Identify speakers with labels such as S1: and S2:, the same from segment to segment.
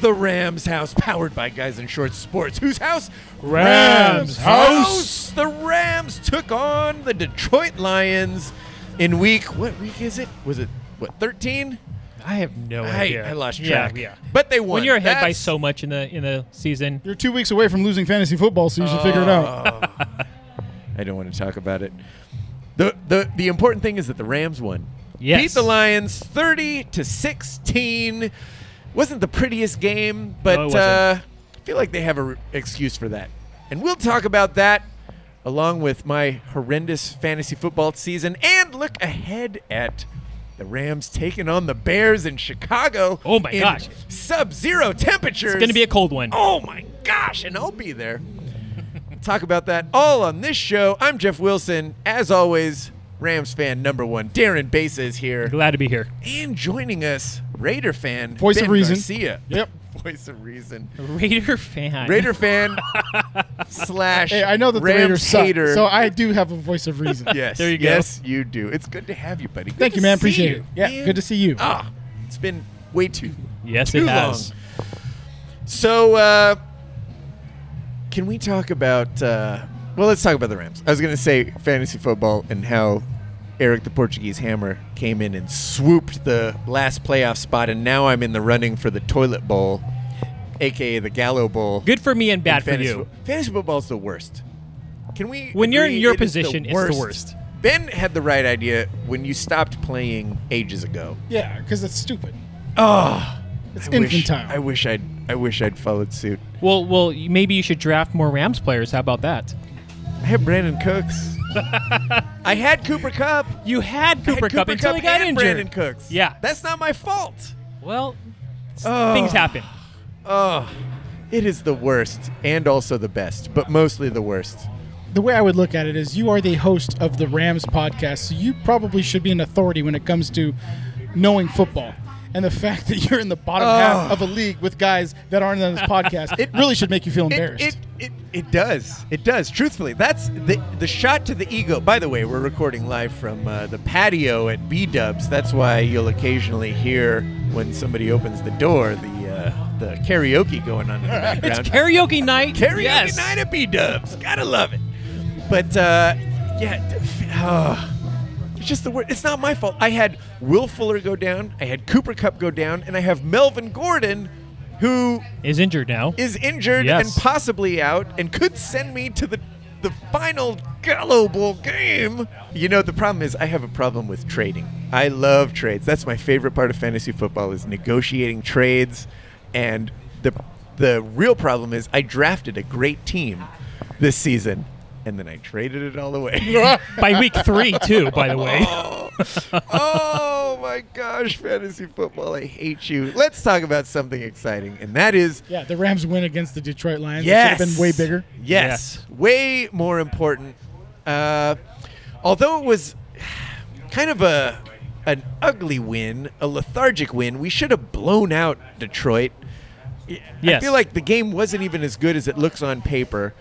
S1: the Rams House, powered by Guys in Shorts Sports. Whose house?
S2: Rams House.
S1: The Rams took on the Detroit Lions in week. What week is it? Was it what 13?
S3: I have no
S1: I,
S3: idea.
S1: I lost
S3: Yeah,
S1: track.
S3: yeah.
S1: But they won.
S3: When you're ahead by
S1: That's-
S3: so much in the in the season,
S2: You're two weeks away from losing fantasy football, so you should figure it out.
S1: Oh. I don't want to talk about it. The the the important thing is that the Rams won.
S3: Yes.
S1: Beat the Lions 30 to 16. Wasn't the prettiest game, but
S3: it wasn't.
S1: uh, I feel like they have an excuse for that. And we'll talk about that along with my horrendous fantasy football season and look ahead at the Rams taking on the Bears in Chicago.
S3: Oh my
S1: in
S3: gosh.
S1: Sub-zero temperatures.
S3: it's going to be a cold one.
S1: Oh my gosh, and I'll be there. Talk about that all on this show. I'm Jeff Wilson. As always, Rams fan number one, Darren Base is here.
S3: Glad to be here.
S1: And joining us, Raider fan,
S2: Voice of
S1: Ben
S2: reason.
S1: Garcia.
S2: Yep.
S1: Voice of reason.
S3: Raider fan.
S1: Raider fan slash
S2: Hey, I know that
S1: Rams
S2: the Raiders suck,
S1: hater.
S2: so I do have a voice of reason.
S1: yes,
S3: There you go.
S1: Yes, you do. It's good to have you, buddy. Good
S2: Thank
S1: to
S2: you, man.
S1: see
S2: Appreciate
S1: you,
S2: it. Yeah,
S1: man.
S2: good to see you.
S1: Ah, it's been way too
S3: Yes,
S1: too
S3: it has.
S1: long. So, uh, can we talk about? Uh, well, let's talk about the Rams. I was going to say fantasy football and how Eric the Portuguese Hammer came in and swooped the last playoff spot, and now I'm in the running for the toilet bowl, aka the Gallo Bowl.
S3: Good for me and bad for
S1: fantasy
S3: you.
S1: fo- fantasy football is the worst. Can we?
S3: When you're in
S1: agree
S3: your
S1: it is
S3: position, it's the worst.
S1: Ben had the right idea when you stopped playing ages ago.
S2: Yeah, because it's stupid.
S1: Oh,
S2: It's
S1: I wish,
S2: infantile.
S1: I wish I'd. I wish I'd followed suit.
S3: Well, well, you- maybe you should draft more Rams players. How about that?
S1: I had Brandon Cooks. I had Cooper Cup.
S3: You had
S1: I had
S3: Cooper, Cup until he got
S1: and
S3: injured.
S1: Brandon Cooks.
S3: Yeah.
S1: that's not my fault.
S3: Well, s-
S1: Oh.
S3: things happen.
S1: Oh, it is the worst and also the best, but mostly the worst.
S2: the way I would look at it is you are the host of the Rams podcast, so you probably should be an authority when it comes to knowing football. And the fact that you're in the bottom
S1: Ah.
S2: half of a league with guys that aren't on this podcast, it really should make you feel
S1: It,
S2: embarrassed.
S1: it it it does. It does. Truthfully, that's the the shot to the ego. By the way, we're recording live from uh, the patio at B Dubs. That's why you'll occasionally hear when somebody opens the door the uh, the karaoke going on in the background.
S3: It's karaoke night.
S1: Karaoke
S3: yes.
S1: night at B Dubs. Gotta love it. But uh, yeah, d- f- uh, it's just the word. It's not my fault. I had Will Fuller go down. I had Cooper Cup go down, and I have Melvin Gordon, who
S3: Is injured now.
S1: is injured
S3: Yes.
S1: and possibly out, and could send me to the the final Gallo Bowl game. You know, the problem is I have a problem with trading. I love trades. That's my favorite part of fantasy football is negotiating trades, and the the real problem is I drafted a great team this season, and then I traded it all away.
S3: by week three, too. By the way.
S1: oh, oh my gosh, fantasy football! I hate you. Let's talk about something exciting, and that is
S2: yeah, the Rams win against the Detroit Lions.
S1: Yes.
S2: It should have been way bigger.
S1: Yes. Way more important. Uh, although it was kind of a an ugly win, a lethargic win, we should have blown out Detroit. I
S3: Yes.
S1: feel like the game wasn't even as good as it looks on paper.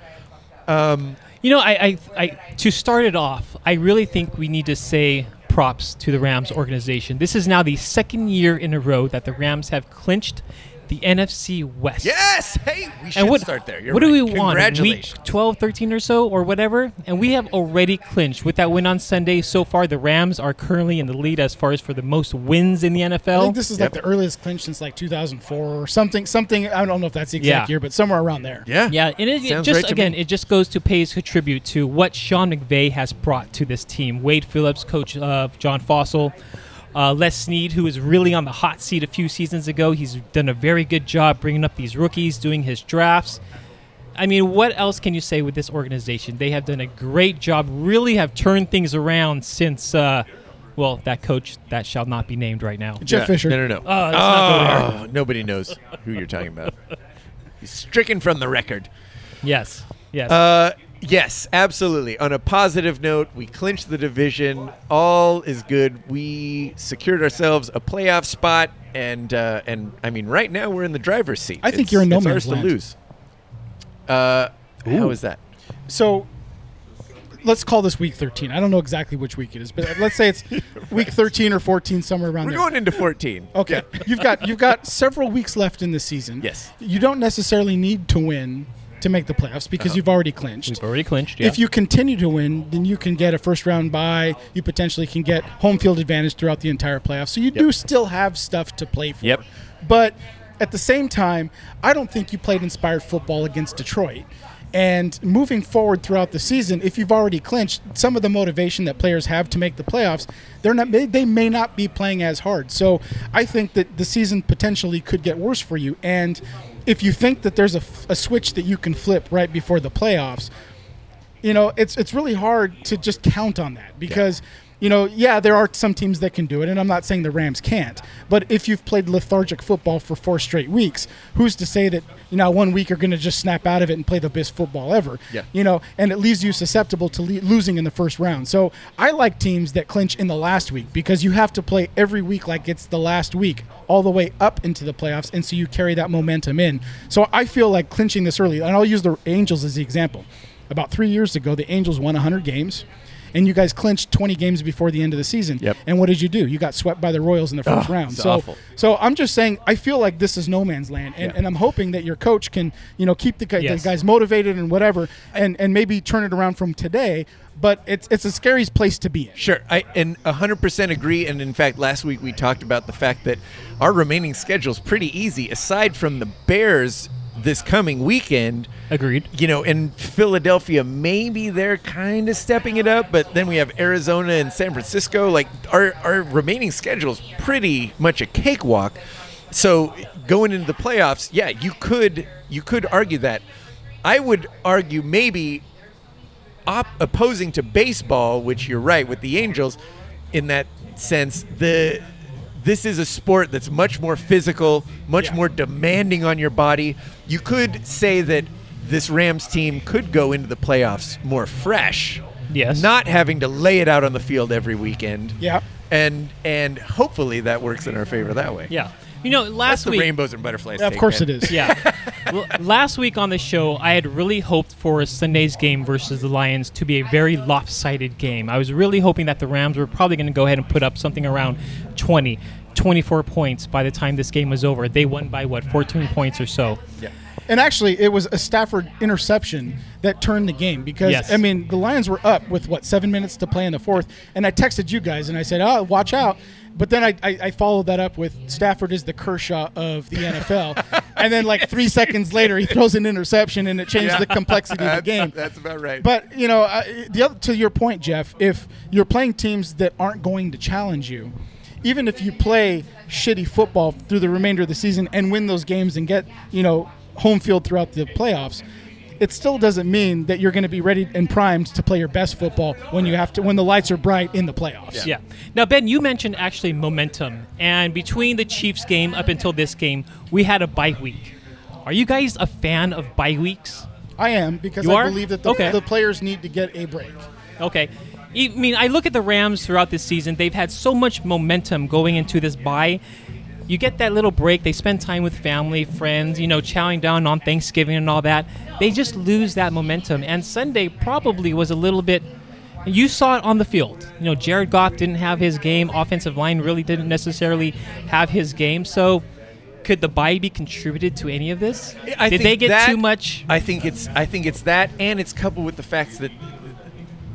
S3: You know, I, I, I, to start it off, I really think we need to say props to the Rams organization. This is now the second year in a row that the Rams have clinched the NFC West.
S1: Yes. Hey, we should
S3: And what,
S1: start there. You're
S3: what
S1: right.
S3: do we want? Week
S1: Congratulations.
S3: 12, 13 or so, or whatever? And we have already clinched. With that win on Sunday, so far, the Rams are currently in the lead as far as for the most wins in the
S2: I
S3: NFL.
S2: think this is
S1: Yep.
S2: like the earliest clinch since like 2004 or something. Something I don't know if that's the exact
S3: Yeah.
S2: year, but somewhere around there.
S1: Yeah.
S3: Yeah, and it, it
S1: Sounds
S3: just
S1: right to
S3: again,
S1: me.
S3: it just goes to pays tribute to what Sean McVay has brought to this team. Wade Phillips, coach of John Fossil, uh, Les Snead, who was really on the hot seat a few seasons ago. He's done a very good job bringing up these rookies, doing his drafts. I mean, what else can you say with this organization? They have done a great job. Really have turned things around since, uh, well, that coach that shall not be named right now.
S2: Jeff
S1: Yeah.
S2: Fisher.
S1: No, no, no.
S3: let's Oh, not
S1: oh, nobody knows who you're talking about. He's stricken from the record.
S3: Yes, yes.
S1: Uh, yes, absolutely. On a positive note, we clinched the division. All is good. We secured ourselves a playoff spot, and uh, and I mean, right now we're in the driver's seat.
S2: I think you're in no
S1: it's
S2: man's
S1: ours
S2: land.
S1: to lose. Uh, how is that?
S2: So let's call this week 13. I don't know exactly which week it is, but let's say it's week 13 or 14, somewhere around
S1: We're
S2: there.
S1: going into 14.
S2: Okay, you've got you've got several weeks left in the season.
S1: Yes.
S2: you don't necessarily need to win to make the playoffs because
S1: Uh-huh.
S2: you've already clinched.
S3: We've already clinched. Yeah.
S2: If you continue to win, then you can get a first round bye. You potentially can get home field advantage throughout the entire playoffs. So you do still have stuff to play for.
S1: Yep.
S2: But at the same time, I don't think you played inspired football against Detroit. And moving forward throughout the season, if you've already clinched, some of the motivation that players have to make the playoffs, they're not they, they may not be playing as hard. So I think that the season potentially could get worse for you. And if you think that there's a, f- a switch that you can flip right before the playoffs, you know it's it's really hard to just count on that because you know yeah there are some teams that can do it and i'm not saying the rams can't but if you've played lethargic football for four straight weeks who's to say that you know one week you're going to just snap out of it and play the best football ever
S1: Yeah.
S2: you know and it leaves you susceptible to le- losing in the first round so i like teams that clinch in the last week because you have to play every week like it's the last week all the way up into the playoffs and so you carry that momentum in so i feel like clinching this early and i'll use the angels as the example about three years ago, the Angels won 100 games, and you guys clinched 20 games before the end of the season.
S1: Yep.
S2: And what did you do? You got swept by the Royals in the first
S1: Ugh,
S2: round.
S1: it's
S2: so,
S1: awful.
S2: so I'm just saying, I feel like this is no man's land, and, and I'm hoping that your coach can, you know, keep the, guy-
S3: Yes.
S2: the guys motivated and whatever, and and maybe turn it around from today. But it's it's a scary place to be in.
S1: Sure, I and 100% agree. And in fact, last week we talked about the fact that our remaining schedule's pretty easy, aside from the Bears this coming weekend.
S3: Agreed.
S1: You know, in Philadelphia, maybe they're kind of stepping it up, but then we have Arizona and San Francisco. Like our our remaining schedule's pretty much a cakewalk. So going into the playoffs, yeah, you could you could argue that. I would argue maybe op- opposing to baseball, which you're right with the Angels, in that sense, the this is a sport that's much more physical, much
S2: Yeah.
S1: more demanding on your body. You could say that this Rams team could go into the playoffs more fresh,
S3: Yes.
S1: not having to lay it out on the field every weekend.
S2: Yeah.
S1: and and hopefully that works in our favor that way.
S3: Yeah. You know,
S1: that's
S3: last
S1: the
S3: week.
S1: rainbows and butterflies.
S2: of
S1: take,
S2: course
S1: man.
S2: it is.
S3: yeah. Well, last week on the show, I had really hoped for Sunday's game versus the Lions to be a very lopsided game. I was really hoping that the Rams were probably going to go ahead and put up something around 20, 24 points by the time this game was over. They won by what, 14 points or so.
S1: Yeah.
S2: And actually, it was a Stafford interception that turned the game because
S3: Yes.
S2: I mean the Lions were up with what seven minutes to play in the fourth, and I texted you guys and I said, "Oh, watch out!" But then I, I, I followed that up with Stafford is the Kershaw of the NFL, and then like three seconds later he throws an interception and it changed
S1: Yeah.
S2: the complexity of the
S1: That's,
S2: game.
S1: that's about right.
S2: But you know, I, the other to your point, Jeff, if you're playing teams that aren't going to challenge you, even if you play shitty football through the remainder of the season and win those games and get you know home field throughout the playoffs. It still doesn't mean that you're going to be ready and primed to play your best football when you have to when the lights are bright in the playoffs.
S3: Yeah. Now, Ben, you mentioned actually momentum. And between the Chiefs game up until this game, we had a bye week. Are you guys a fan of bye weeks?
S2: I am because
S3: You
S2: I
S3: are?
S2: believe that the,
S3: Okay.
S2: the players need to get a break.
S3: Okay. I mean, I look at the Rams throughout this season. They've had so much momentum going into this bye. You get that little break. They spend time with family, friends, you know, chowing down on Thanksgiving and all that. They just lose that momentum. And Sunday probably was a little bit. You saw it on the field. You know, Jared Goff didn't have his game. Offensive line really didn't necessarily have his game. So, could the bye be contributed to any of this?
S1: I
S3: Did
S1: think
S3: they get
S1: that-
S3: too much?
S1: I think it's I think it's that, and it's coupled with the fact that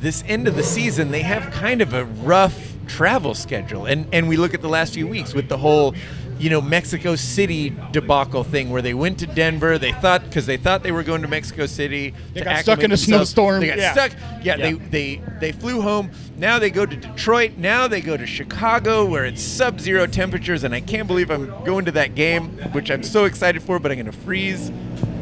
S1: this end of the season they have kind of a rough travel schedule, and and we look at the last few weeks with the whole. You know Mexico City debacle thing, where they went to Denver. They thought because they thought they were going to Mexico City.
S2: They
S1: to
S2: got stuck
S1: acclimate
S2: in a
S1: themselves.
S2: snowstorm.
S1: They got
S2: Yeah.
S1: stuck. Yeah,
S3: Yeah.
S1: They, they they flew home. Now they go to Detroit. Now they go to Chicago, where it's sub-zero temperatures, and I can't believe I'm going to that game, which I'm so excited for, but I'm going to freeze.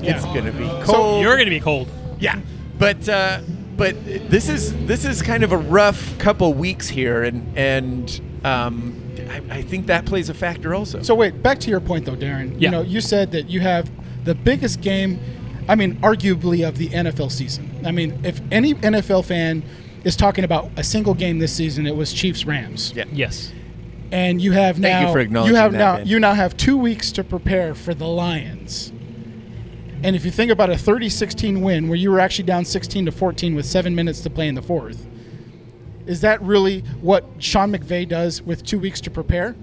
S2: Yeah.
S1: It's going to be cold.
S3: You're going to be cold.
S1: yeah, but uh, but this is this is kind of a rough couple weeks here, and and um, I, I think that plays a factor also.
S2: So wait, back to your point though, Darren.
S3: Yeah.
S2: You know, you said that you have the biggest game, I mean, arguably of the NFL season. I mean, if any NFL fan is talking about a single game this season, it was Chiefs Rams.
S1: Yeah.
S3: Yes.
S2: And you have
S1: Thank you
S2: now
S1: for acknowledging
S2: have
S1: that,
S2: now
S1: Ben.
S2: you now have two weeks to prepare for the Lions. And if you think about a 30-16 win where you were actually down 16 to 14 with 7 minutes to play in the fourth, is that really what Sean McVay does with 2 weeks to prepare?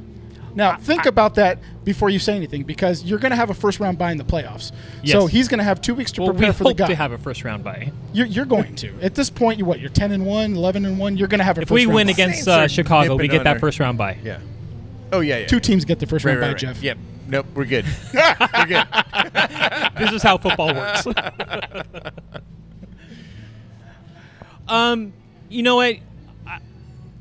S2: Now, think about that before you say anything because you're going to have a first round bye in the playoffs. So
S3: Yes.
S2: he's going to have 2 weeks to
S3: Well, we
S2: prepare
S3: hope
S2: for the guy.
S3: to have a first round bye.
S2: you're, you're going to. At this point, you what? You're 10 and 1, 11 and 1, you're going to have a
S3: If
S2: first
S3: we
S2: round
S3: win
S2: bye.
S3: against
S1: Saints are
S3: uh, Chicago, we
S1: nipping
S3: get
S1: on
S3: that
S1: our-
S3: first round bye.
S1: Yeah. Oh yeah. yeah.
S2: two teams get the first
S1: Right,
S2: round
S1: right,
S2: bye,
S1: right.
S2: Jeff.
S1: Yep. Nope. We're good. we're good.
S3: this is how football works. um, you know what? I-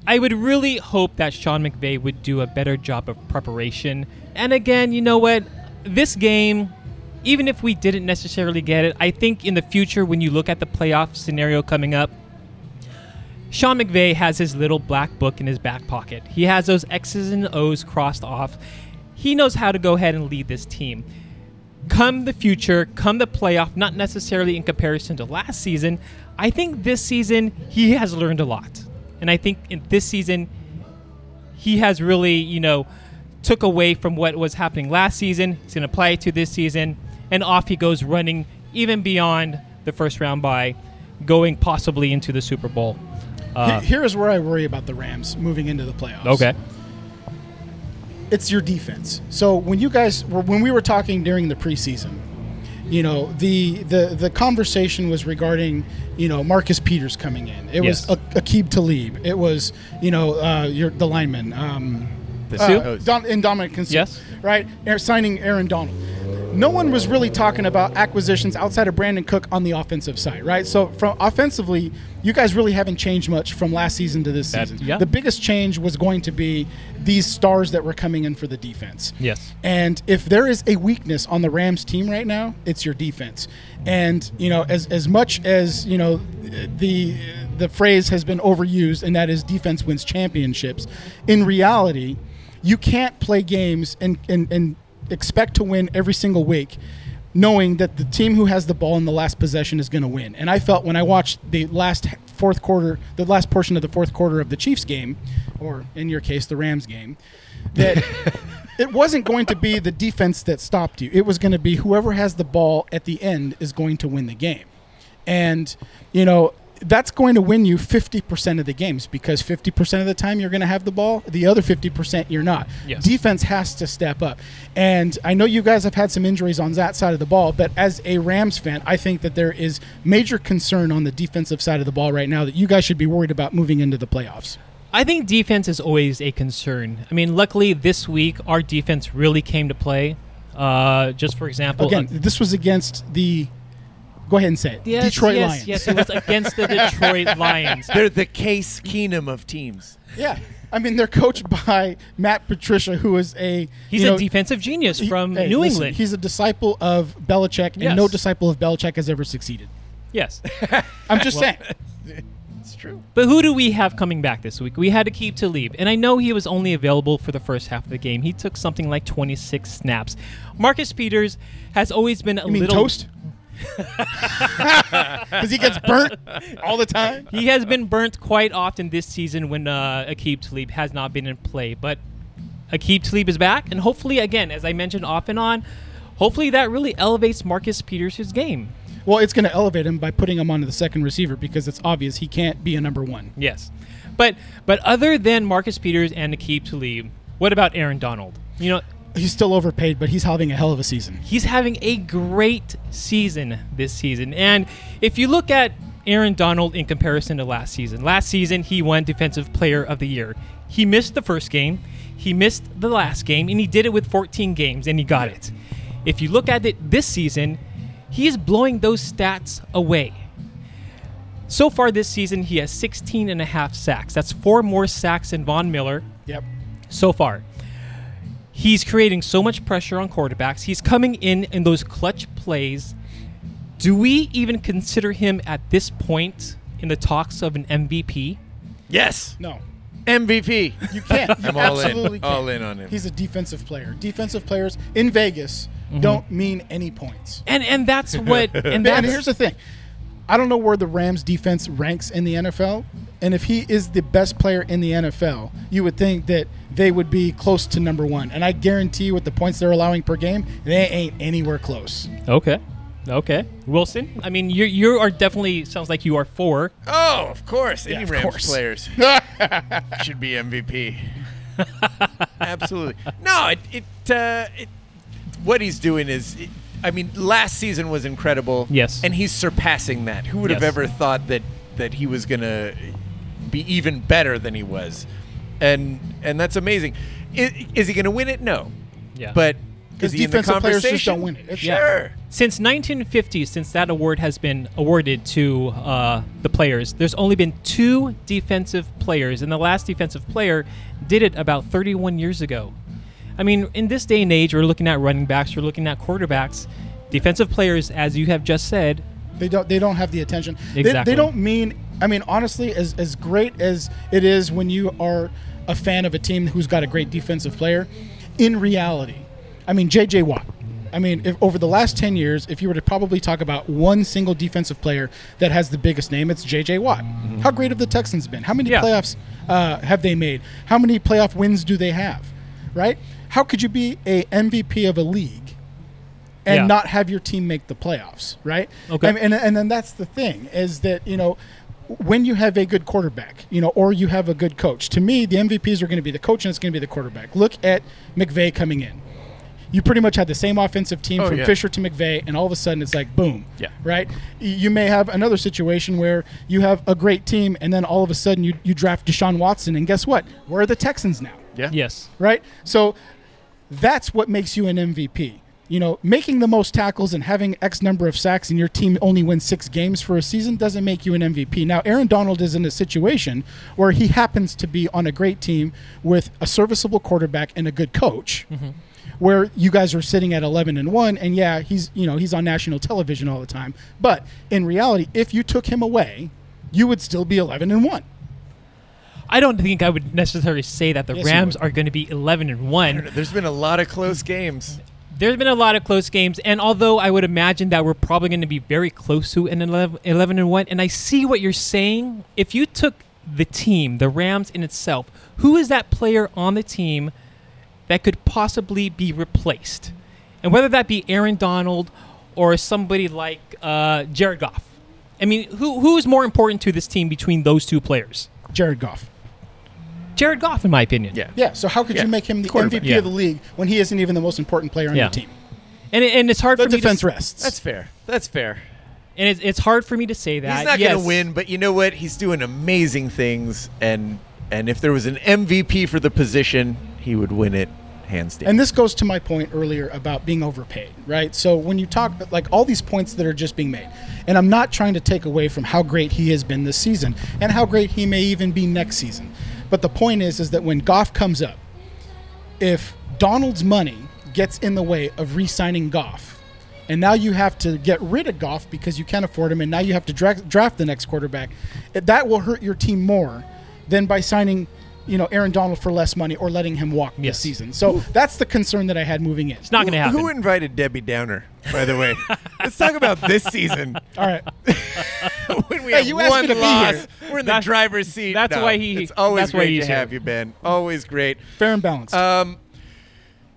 S3: I would really hope that Sean McVay would do a better job of preparation. And again, you know what? This game, even if we didn't necessarily get it, I think in the future when you look at the playoff scenario coming up, Sean McVay has his little black book in his back pocket. He has those X's and O's crossed off. He knows how to go ahead and lead this team come the future, come the playoff, not necessarily in comparison to last season. I think this season he has learned a lot. And I think in this season he has really, you know, took away from what was happening last season. He's going to apply it to this season and off he goes running even beyond the first round by going possibly into the Super Bowl. Uh,
S2: Here is where I worry about the Rams moving into the playoffs.
S3: okay.
S2: it's your defense. So when you guys were when we were talking during the preseason, you know the the the conversation was regarding you know Marcus Peters coming in. It
S3: Yes.
S2: was a- Akib Talib. It was you know uh, your the lineman. Um,
S1: The
S2: uh,
S1: Seahawks.
S2: Don, and Dominic Kinsu,
S3: Yes.
S2: right? Air, signing Aaron Donald. No one was really talking about acquisitions outside of Brandon Cook on the offensive side, right? So from offensively, you guys really haven't changed much from last season to this
S3: That-
S2: season.
S3: yeah.
S2: The biggest change was going to be these stars that were coming in for the defense.
S3: Yes.
S2: And if there is a weakness on the Rams team right now, it's your defense. And you know, as as much as you know, the the phrase has been overused, and that is defense wins championships. In reality, you can't play games and and, and expect to win every single week. Knowing that the team who has the ball in the last possession is going to win, and I felt when I watched the last fourth quarter, the last portion of the fourth quarter of the Chiefs game, or in your case, the Rams game, that it wasn't going to be the defense that stopped you. It was going to be whoever has the ball at the end is going to win the game. And, you know, that's going to win you 50% of the games because 50% of the time you're going to have the ball, the other 50% you're not.
S3: Yes.
S2: Defense has to step up. And I know you guys have had some injuries on that side of the ball, but as a Rams fan, I think that there is major concern on the defensive side of the ball right now that you guys should be worried about moving into the playoffs.
S3: I think defense is always a concern. I mean, luckily this week our defense really came to play. Uh, just for example,
S2: Again,
S1: uh,
S2: this was against the. Go ahead and say it.
S3: Yes,
S2: Detroit
S3: yes,
S2: Lions.
S3: Yes, it was against the Detroit Lions.
S1: They're the Case Keenum of teams.
S2: Yeah. I mean, they're coached by Matt Patricia, who is a.
S3: He's
S2: you know,
S3: a defensive genius
S2: he-
S3: from
S2: hey,
S3: New
S2: listen,
S3: England.
S2: He's a disciple of Belichick, and
S3: Yes.
S2: no disciple of Belichick has ever succeeded.
S3: yes.
S2: I'm just saying.
S1: It's true.
S3: But who do we have coming back this week? We had to keep Talib, and I know he was only available for the first half of the game. He took something like 26 snaps. Marcus Peters has always been a
S2: You mean
S3: little
S2: toast? Because he gets burnt all the time.
S3: he has been burnt quite often this season when uh, Akib Talib has not been in play. But Akib Talib is back, and hopefully, again, as I mentioned off and on, hopefully that really elevates Marcus Peters' game.
S2: Well, it's going to elevate him by putting him onto the second receiver because it's obvious he can't be a number one.
S3: Yes, but but other than Marcus Peters and Akib Talib, what about Aaron Donald? You know,
S2: He's still overpaid, but he's having a hell of a season.
S3: he's having a great season this season. And if you look at Aaron Donald in comparison to last season, last season he won Defensive Player of the Year. He missed the first game, he missed the last game, and he did it with 14 games, and he got it. If you look at it this season, he is blowing those stats away. So far this season, he has 16 and a half sacks. That's four more sacks than Von Miller,
S2: Yep.
S3: so far. He's creating so much pressure on quarterbacks. He's coming in in those clutch plays. Do we even consider him at this point in the talks of an MVP?
S1: Yes.
S2: No.
S1: MVP.
S2: You can't. You
S1: I'm all in.
S2: absolutely Can't.
S1: All in on him.
S2: He's a defensive player. Defensive players in Vegas don't mean any points.
S3: And and that's what and
S2: And
S3: that's
S2: here's the thing. I don't know where the Rams defense ranks in the NFL, and if he is the best player in the NFL, you would think that they would be close to number one. And I guarantee you, with the points they're allowing per game, they ain't anywhere close.
S3: okay. Okay, Wilson. I mean, you you are definitely sounds like you are for.
S1: Oh, of course. Any
S2: of
S1: Rams
S2: course.
S1: players should be MVP. Absolutely. No, it, it, uh, it what he's doing is it, I mean, last season was incredible.
S3: Yes.
S1: And he's surpassing that. Who would have
S3: Yes.
S1: ever thought that that he was going to be even better than he was? And and that's amazing. Is, is he going to win it? No.
S3: Yeah,
S1: But is
S2: Because
S1: he in the
S2: defensive players
S1: conversation?
S2: just don't win it. It's-
S3: Yeah.
S1: Sure.
S3: Since 1950, since that award has been awarded to uh, the players, there's only been two defensive players, and the last defensive player did it about 31 years ago. I mean, in this day and age, we're looking at running backs, we're looking at quarterbacks. Defensive players, as you have just said,
S2: They don't. They don't have the attention. They- They,
S3: Exactly.
S2: don't mean. I mean, honestly, as as great as it is when you are a fan of a team who's got a great defensive player, in reality, I mean J.J. Watt. I mean, if, over the last ten years, if you were to probably talk about one single defensive player that has the biggest name, it's J.J. Watt. How great have the Texans been? How many
S3: Mm-hmm. Yeah.
S2: playoffs uh, have they made? How many playoff wins do they have? Right? How could you be a MVP of a league and
S3: Yeah.
S2: not have your team make the playoffs, right?
S3: Okay.
S2: And, and and then that's the thing is that you know when you have a good quarterback, you know, or you have a good coach. To me, the MVPs are going to be the coach and it's going to be the quarterback. Look at McVay coming in. You pretty much had the same offensive team
S1: Oh,
S2: from
S1: yeah.
S2: Fisher to McVay, and all of a sudden it's like boom,
S1: Yeah.
S2: right? Y- You may have another situation where you have a great team, and then all of a sudden you, you draft Deshaun Watson, and guess what? Where are the Texans now?
S1: Yeah.
S3: yes,
S2: right? So that's what makes you an MVP. You know, making the most tackles and having X number of sacks and your team only wins six games for a season doesn't make you an MVP. Now, Aaron Donald is in a situation where he happens to be on a great team with a serviceable quarterback and a good coach. Where you guys are sitting at 11 and 1 and yeah, he's, you know, he's on national television all the time. But in reality, if you took him away, you would still be 11 and 1.
S3: I don't think I would necessarily say that the
S2: Yes, you
S3: Rams
S2: would.
S3: are going to be 11 and one.
S1: There's been a lot of close games.
S3: There's been a lot of close games, and although I would imagine that we're probably going to be very close to an 11, 11 and 1, and I see what you're saying. If you took the team, the Rams in itself, who is that player on the team that could possibly be replaced? And whether that be Aaron Donald or somebody like uh, Jared Goff. I mean, who, who is more important to this team between those two players?
S2: Jared Goff.
S3: Jared Goff, in my opinion.
S1: Yeah.
S2: Yeah. So how could
S1: Yeah.
S2: you make him the
S1: Quarterback.
S2: MVP of the league when he isn't even the most important player on
S3: Yeah.
S2: your team?
S3: And, it- and it's hard
S2: The
S3: for me
S2: defense
S3: to, s-
S2: rests.
S1: That's fair. That's fair.
S3: and it's, it's hard for me to say that.
S1: He's not
S3: Uh, yes.
S1: going to win, but you know what? He's doing amazing things, and and if there was an MVP for the position, he would win it hands down.
S2: and this goes to my point earlier about being overpaid, right? So when you talk like all these points that are just being made, and I'm not trying to take away from how great he has been this season and how great he may even be next season. But the point is is that when Goff comes up, if Donald's money gets in the way of re-signing Goff, and now you have to get rid of Goff because you can't afford him, and now you have to dra- draft the next quarterback, it- that will hurt your team more than by signing, you know, Aaron Donald for less money or letting him walk
S3: Yes.
S2: this season. So that's the concern that I had moving in.
S3: It's not going to happen.
S1: Who invited Debbie Downer? By the way, let's talk about this season
S2: All right.
S1: when we
S2: Hey,
S1: have
S2: you asked
S1: one
S2: me to be
S1: loss.
S2: here.
S1: We're in
S3: That's-
S1: the driver's seat.
S3: that's
S1: No,
S3: why he-
S1: It's always
S3: that's why
S1: great
S3: he's
S1: to
S3: here.
S1: have you, Ben. Always great.
S2: Fair and balanced.
S1: Um,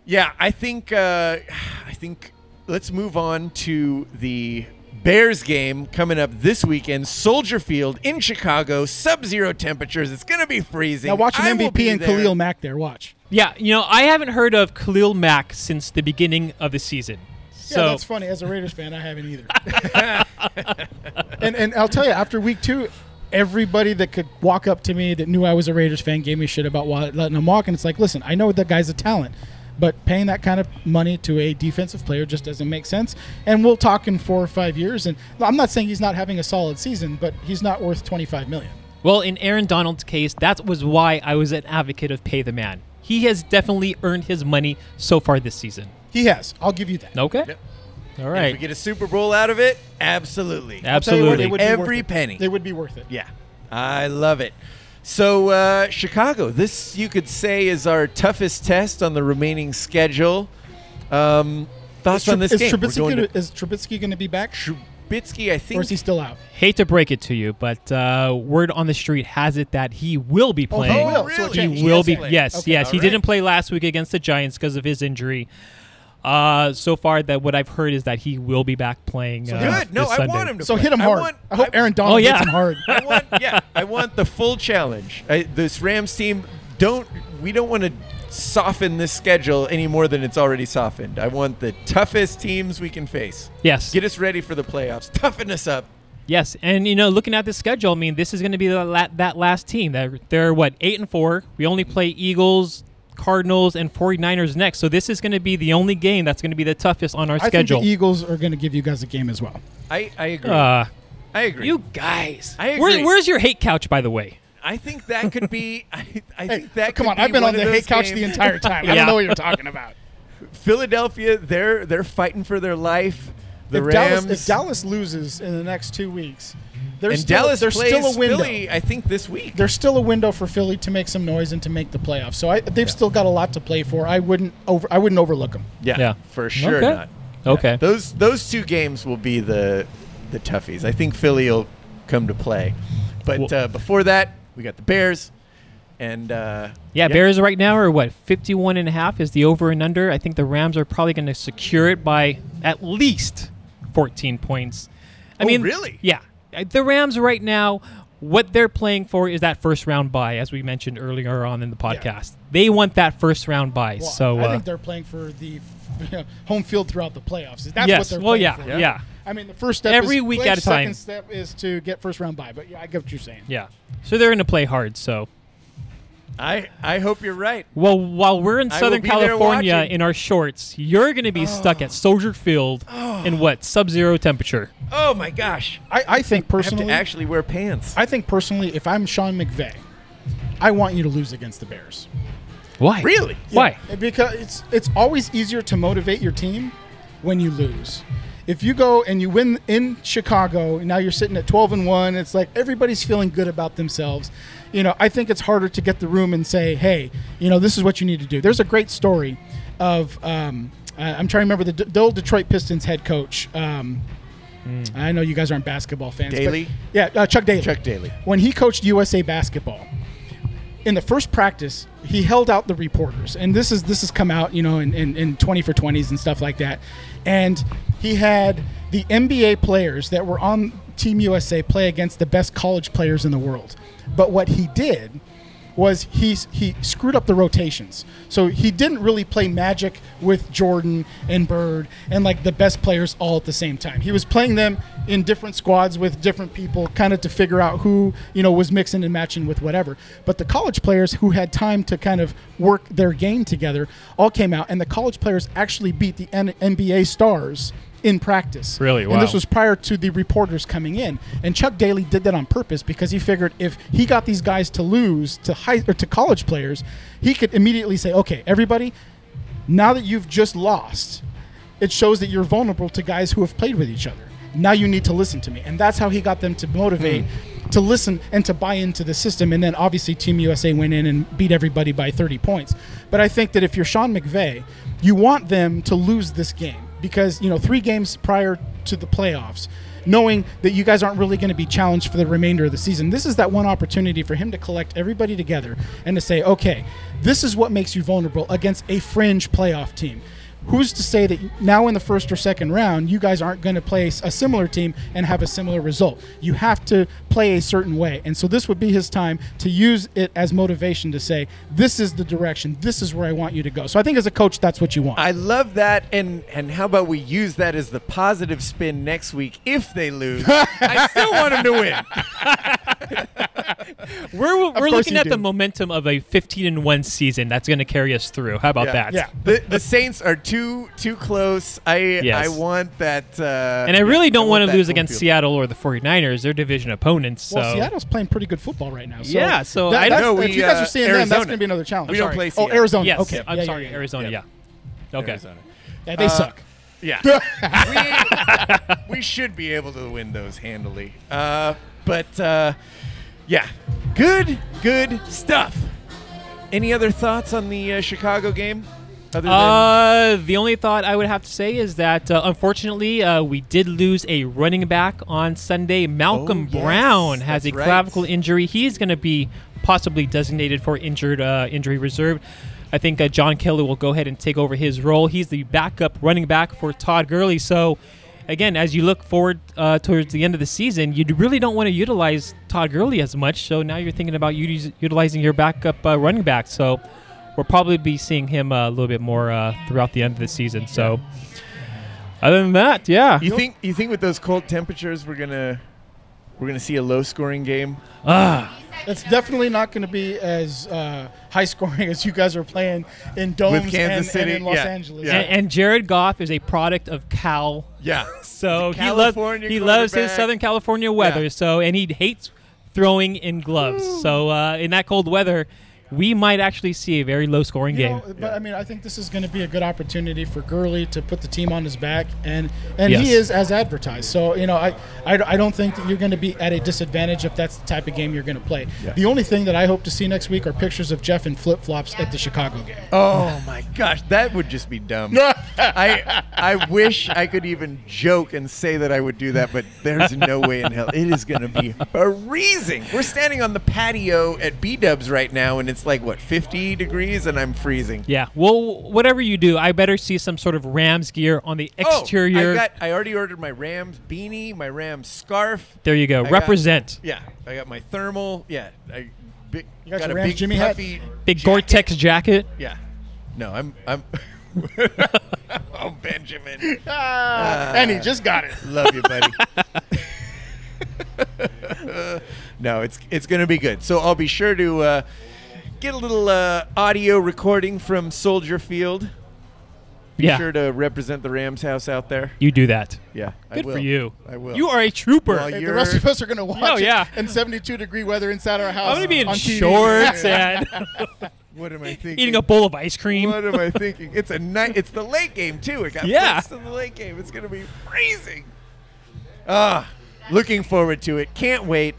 S1: yeah, I think uh, I think let's move on to the Bears game coming up this weekend, Soldier Field in Chicago, sub-zero temperatures. It's gonna be freezing.
S2: now watch
S1: I
S2: an
S1: will
S2: MVP
S1: be
S2: and
S1: there.
S2: Khalil Mack there. Watch.
S3: Yeah, you know, I haven't heard of Khalil Mack since the beginning of the season. So
S2: yeah, that's funny. As a Raiders fan, I haven't either. and and I'll tell you, after week two, everybody that could walk up to me that knew I was a Raiders fan gave me shit about wa- letting him walk. And it's like, listen, I know that guy's a talent, but paying that kind of money to a defensive player just doesn't make sense. And we'll talk in four or five years. And I'm not saying he's not having a solid season, but he's not worth 25 million.
S3: well, in Aaron Donald's case, that was why I was an advocate of pay the man. He has definitely earned his money so far this season.
S2: He has. I'll give you that.
S3: Okay.
S1: Yep.
S3: All
S1: And If
S3: right.
S1: we get a Super Bowl out of it, absolutely.
S2: I'll tell you what,
S3: Absolutely.
S2: it would be worth
S1: Every
S2: it.
S1: penny.
S2: They would be worth it.
S1: Yeah, I love it. So uh, Chicago, this you could say is our toughest test on the remaining schedule. Um, thoughts on this
S2: is
S1: game? We're
S2: Trubisky
S1: going
S2: gonna,
S1: to-
S2: is Trubisky going to be back,
S1: Trubisky, I think.
S2: or is he still out?
S3: Hate to break it to you, but uh, word on the street has it that he will be
S2: Oh, he
S3: playing.
S2: will. So it
S1: really?
S3: He
S2: changed.
S1: He
S3: will
S1: is
S3: be.
S1: playing.
S3: Yes,
S2: Okay.
S3: yes.
S1: All
S3: he
S1: right.
S3: didn't play last week against the Giants because of his injury. Uh, so far, that what I've heard is that he will be back playing. uh,
S1: Good. No,
S3: this
S1: I
S3: Sunday.
S1: want him to.
S2: So
S1: play.
S2: hit him
S1: I
S2: hard. I,
S1: want-
S2: hope Aaron Donald
S3: Oh,
S2: hits
S3: yeah.
S2: him hard.
S1: I want, yeah, I want the full challenge. I, this Rams team don't. We don't want to soften this schedule any more than it's already softened. I want the toughest teams we can face.
S3: Yes.
S1: Get us ready for the playoffs. Toughen us up.
S3: Yes, and you know, looking at the schedule, I mean, this is going to be the la- that last team. They're, they're what eight and four. We only play Eagles, Cardinals, and 49ers next. So this is going to be the only game that's going to be the toughest on our
S2: I think
S3: schedule.
S2: the Eagles are going to give you guys a game as well.
S1: I, I agree.
S3: uh,
S1: I agree.
S3: you guys,
S1: I agree.
S3: Where, where's your hate couch, by the way?
S1: I think that could be. I, I
S2: Hey,
S1: think that.
S2: come
S1: could
S2: on,
S1: be
S2: I've been
S1: one
S2: on
S1: of
S2: the
S1: those
S2: hate couch the
S1: games.
S2: entire time. I
S3: Yeah.
S2: don't know what you're talking about.
S1: Philadelphia, they're they're fighting for their life. The
S2: if
S1: Rams.
S2: Dallas, if Dallas loses in the next two weeks, there's
S1: and
S2: still,
S1: Dallas
S2: there's
S1: plays
S2: still a window.
S1: Philly, I think this week.
S2: There's still a window for Philly to make some noise and to make the playoffs. So I, they've still got a lot to play for. I wouldn't over. I wouldn't overlook them.
S1: Yeah,
S3: Yeah.
S1: for sure
S3: Okay.
S1: not.
S3: Okay.
S1: Those those two games will be the the toughies. I think Philly will come to play, but
S3: Well-
S1: uh, before that, we got the Bears, and uh,
S3: Yeah, Bears right now are what 51 and a half is the over and under. I think the Rams are probably going to secure it by at least 14 points. I
S1: Oh,
S3: mean,
S1: really?
S3: Yeah. Uh, The Rams right now what they're playing for is that first round bye as we mentioned earlier on in the podcast. They want that first round bye.
S2: Well,
S3: so
S2: I
S3: uh,
S2: think they're playing for the you know, home field throughout the playoffs. That's what
S3: yes.
S2: they're
S3: Well,
S2: playing
S3: yeah.
S2: for.
S3: Yeah.
S1: Yeah.
S3: Yeah.
S2: I mean, the first step
S3: Every
S2: is
S3: week
S2: clinch,
S3: at a
S2: Second
S3: time.
S2: step is to get first round bye. But yeah, I get what you're saying.
S3: So they're going to play hard, so
S1: I I hope you're right.
S3: well, while we're in
S1: I will
S3: Southern
S1: be there
S3: California
S1: watching.
S3: in our shorts, you're going to be stuck at Soldier Field in what sub-zero temperature.
S1: Oh my gosh,
S2: I, I
S1: I have to
S2: think personally, I,
S1: actually wear pants.
S2: think personally, if I'm Sean McVay, I want you to lose against the Bears.
S3: Why?
S1: Really?
S3: Why?
S2: Yeah, because it's it's always easier to motivate your team when you lose. If you go and you win in Chicago, and now you're sitting at 12 and one, it's like everybody's feeling good about themselves. You know, I think it's harder to get the room and say, "Hey, you know, this is what you need to do." There's a great story of um, uh, I'm trying to remember the, the old Detroit Pistons head coach. Um, I know you guys aren't basketball fans. but-
S1: Daly?
S2: yeah, uh, Chuck Daly.
S1: Chuck Daly.
S2: When he coached USA basketball, in the first practice, he held out the reporters, and this is this has come out, you know, in, in, in twenty for twenties and stuff like that. And he had the NBA players that were on Team USA play against the best college players in the world. But what he did was he he screwed up the rotations. So he didn't really play Magic with Jordan and Bird and like the best players all at the same time. He was playing them in different squads with different people, kind of to figure out who you know was mixing and matching with whatever. But the college players who had time to kind of work their game together all came out, and the college players actually beat the N- NBA stars in practice.
S3: Really?
S2: And this
S3: Wow.
S2: was prior to the reporters coming in. And Chuck Daly did that on purpose because he figured if he got these guys to lose to high or to college players, he could immediately say, "Okay, everybody, now that you've just lost, it shows that you're vulnerable to guys who have played with each other. Now you need to listen to me." And that's how he got them to motivate to listen and to buy into the system and then obviously Team USA went in and beat everybody by 30 points. But I think that if you're Sean McVay, you want them to lose this game because you know three games prior to the playoffs knowing that you guys aren't really going to be challenged for the remainder of the season this is that one opportunity for him to collect everybody together and to say okay this is what makes you vulnerable against a fringe playoff team who's to say that now in the first or second round you guys aren't going to play a similar team and have a similar result you have to play a certain way and so this would be his time to use it as motivation to say this is the direction this is where i want you to go so i think as a coach that's what you want
S1: I love that, and and how about we use that as the positive spin next week if they lose? I still want them to win.
S3: We're, we're
S2: course
S3: looking
S2: you
S3: at
S2: do.
S3: the momentum of a 15 and 1 season that's going to carry us through. How about
S1: Yeah.
S3: that?
S2: Yeah.
S1: The, the Saints are too too close. I
S3: Yes.
S1: I want that. Uh,
S3: And I really
S1: yeah,
S3: don't
S1: want
S3: want to
S1: that
S3: lose
S1: home
S3: against
S1: field.
S3: Seattle or the 49ers, their division opponents. So
S2: Well, Seattle's playing pretty good football right now. So
S3: Yeah, so
S2: that,
S3: I
S2: that's-
S1: don't- No,
S2: if
S1: we,
S2: you guys
S1: uh,
S2: are seeing them,
S1: Arizona.
S2: that's going to be another challenge.
S1: We don't
S2: Sorry.
S1: play
S2: Oh,
S1: Seattle.
S2: Arizona.
S3: yes,
S2: Okay,
S3: I'm
S2: Yeah, yeah,
S3: sorry,
S2: yeah.
S3: Arizona.
S1: Yep.
S3: Yeah. Okay.
S1: Arizona.
S2: Yeah,
S1: Uh,
S2: they suck.
S1: Yeah. we, we should be able to win those handily. Uh, but uh, yeah, good good stuff. Any other thoughts on the uh, Chicago game? Other than
S3: Uh, the only thought I would have to say is that uh, unfortunately uh, we did lose a running back on Sunday. Malcolm
S1: Oh, yes,
S3: Brown has a
S1: that's right.
S3: clavicle injury. He's going to be possibly designated for injured uh, injury reserve. I think uh, John Kelly will go ahead and take over his role. He's the backup running back for Todd Gurley. So, again, as you look forward uh, towards the end of the season, you really don't want to utilize Todd Gurley as much. So now you're thinking about uti- utilizing your backup uh, running back. So we'll probably be seeing him uh, a little bit more uh, throughout the end of the season. So, other than that, yeah.
S1: You think you think with those cold temperatures we're gonna we're gonna see a low scoring game?
S3: Ah.
S2: That's definitely not going to be as uh, high scoring as you guys are playing in domes
S1: Kansas
S2: and, and
S1: City,
S2: in Los
S1: yeah,
S2: Angeles.
S1: yeah.
S3: And, and Jared Goff is a product of Cal.
S1: Yeah.
S3: So
S1: He's a
S3: he loves
S1: California
S3: he loves his
S1: quarterback.
S3: Southern California weather.
S1: Yeah.
S3: So and he hates throwing in gloves. So uh, in that cold weather, we might actually see a very low scoring
S2: You
S3: game.
S2: know, but I mean, I think this is going to be a good opportunity for Gurley to put the team on his back, and and
S3: Yes.
S2: he is as advertised. So you know, I, I I don't think that you're going to be at a disadvantage if that's the type of game you're going to play.
S1: Yeah.
S2: The only thing that I hope to see next week are pictures of Jeff in flip flops at the Chicago game.
S1: Oh my gosh, that would just be dumb. I I wish I could even joke and say that I would do that, but there's no way in hell. It is going to be freezing. We're standing on the patio at B Dubs right now, and it's like what 50 degrees, and I'm freezing.
S3: yeah. Well, whatever you do, I better see some sort of Rams gear on the
S1: Oh,
S3: exterior.
S1: I got. I already ordered my Rams beanie, my Rams scarf.
S3: there you go.
S1: I got-
S3: Represent.
S1: yeah, I got my thermal. Yeah, I big,
S2: You got
S1: got
S2: your
S1: a
S2: Rams
S1: big
S2: Jimmy hat?
S1: puffy hat.
S3: Big Gore-Tex jacket.
S1: Yeah. No, I'm. I'm. oh, Benjamin.
S3: Uh,
S2: and he just got it.
S1: Love you, buddy. no, it's it's gonna be good. So I'll be sure to uh, get a little uh, audio recording from Soldier Field. Be
S3: Yeah.
S1: sure to represent the Rams house out there.
S3: You do that.
S1: Yeah, I
S3: Good
S1: will.
S3: for you.
S1: I will.
S3: You are a trooper.
S1: Well,
S2: And the
S1: You're-
S2: rest of us are going to watch
S3: Oh, yeah.
S2: it in 72 degree weather inside our house.
S3: I'm gonna be in
S2: on TV.
S3: shorts and
S1: What am I thinking?
S3: eating a bowl of ice cream.
S1: What am I thinking? It's a night. It's the late game too. It got yeah.
S3: Yeah.
S1: in the late game. It's gonna be freezing. Ah, looking forward to it. Can't wait.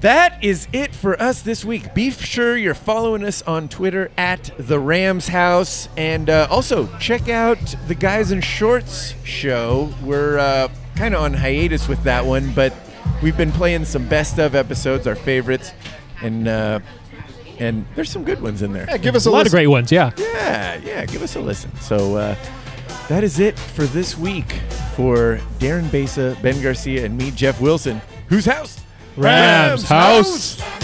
S1: That is it for us this week. Be sure you're following us on Twitter at the Rams House, and uh, also check out the Guys in Shorts show. We're uh, kind of on hiatus with that one, but we've been playing some best of episodes, our favorites, and uh, and there's some good ones in there.
S2: Yeah, give us a,
S3: A lot of
S2: listen.
S3: great ones. Yeah.
S1: Yeah, yeah, give us a listen. So uh, that is it for this week for Darren Besa, Ben Garcia, and me, Jeff Wilson. Whose house?
S3: Rams house.
S1: house.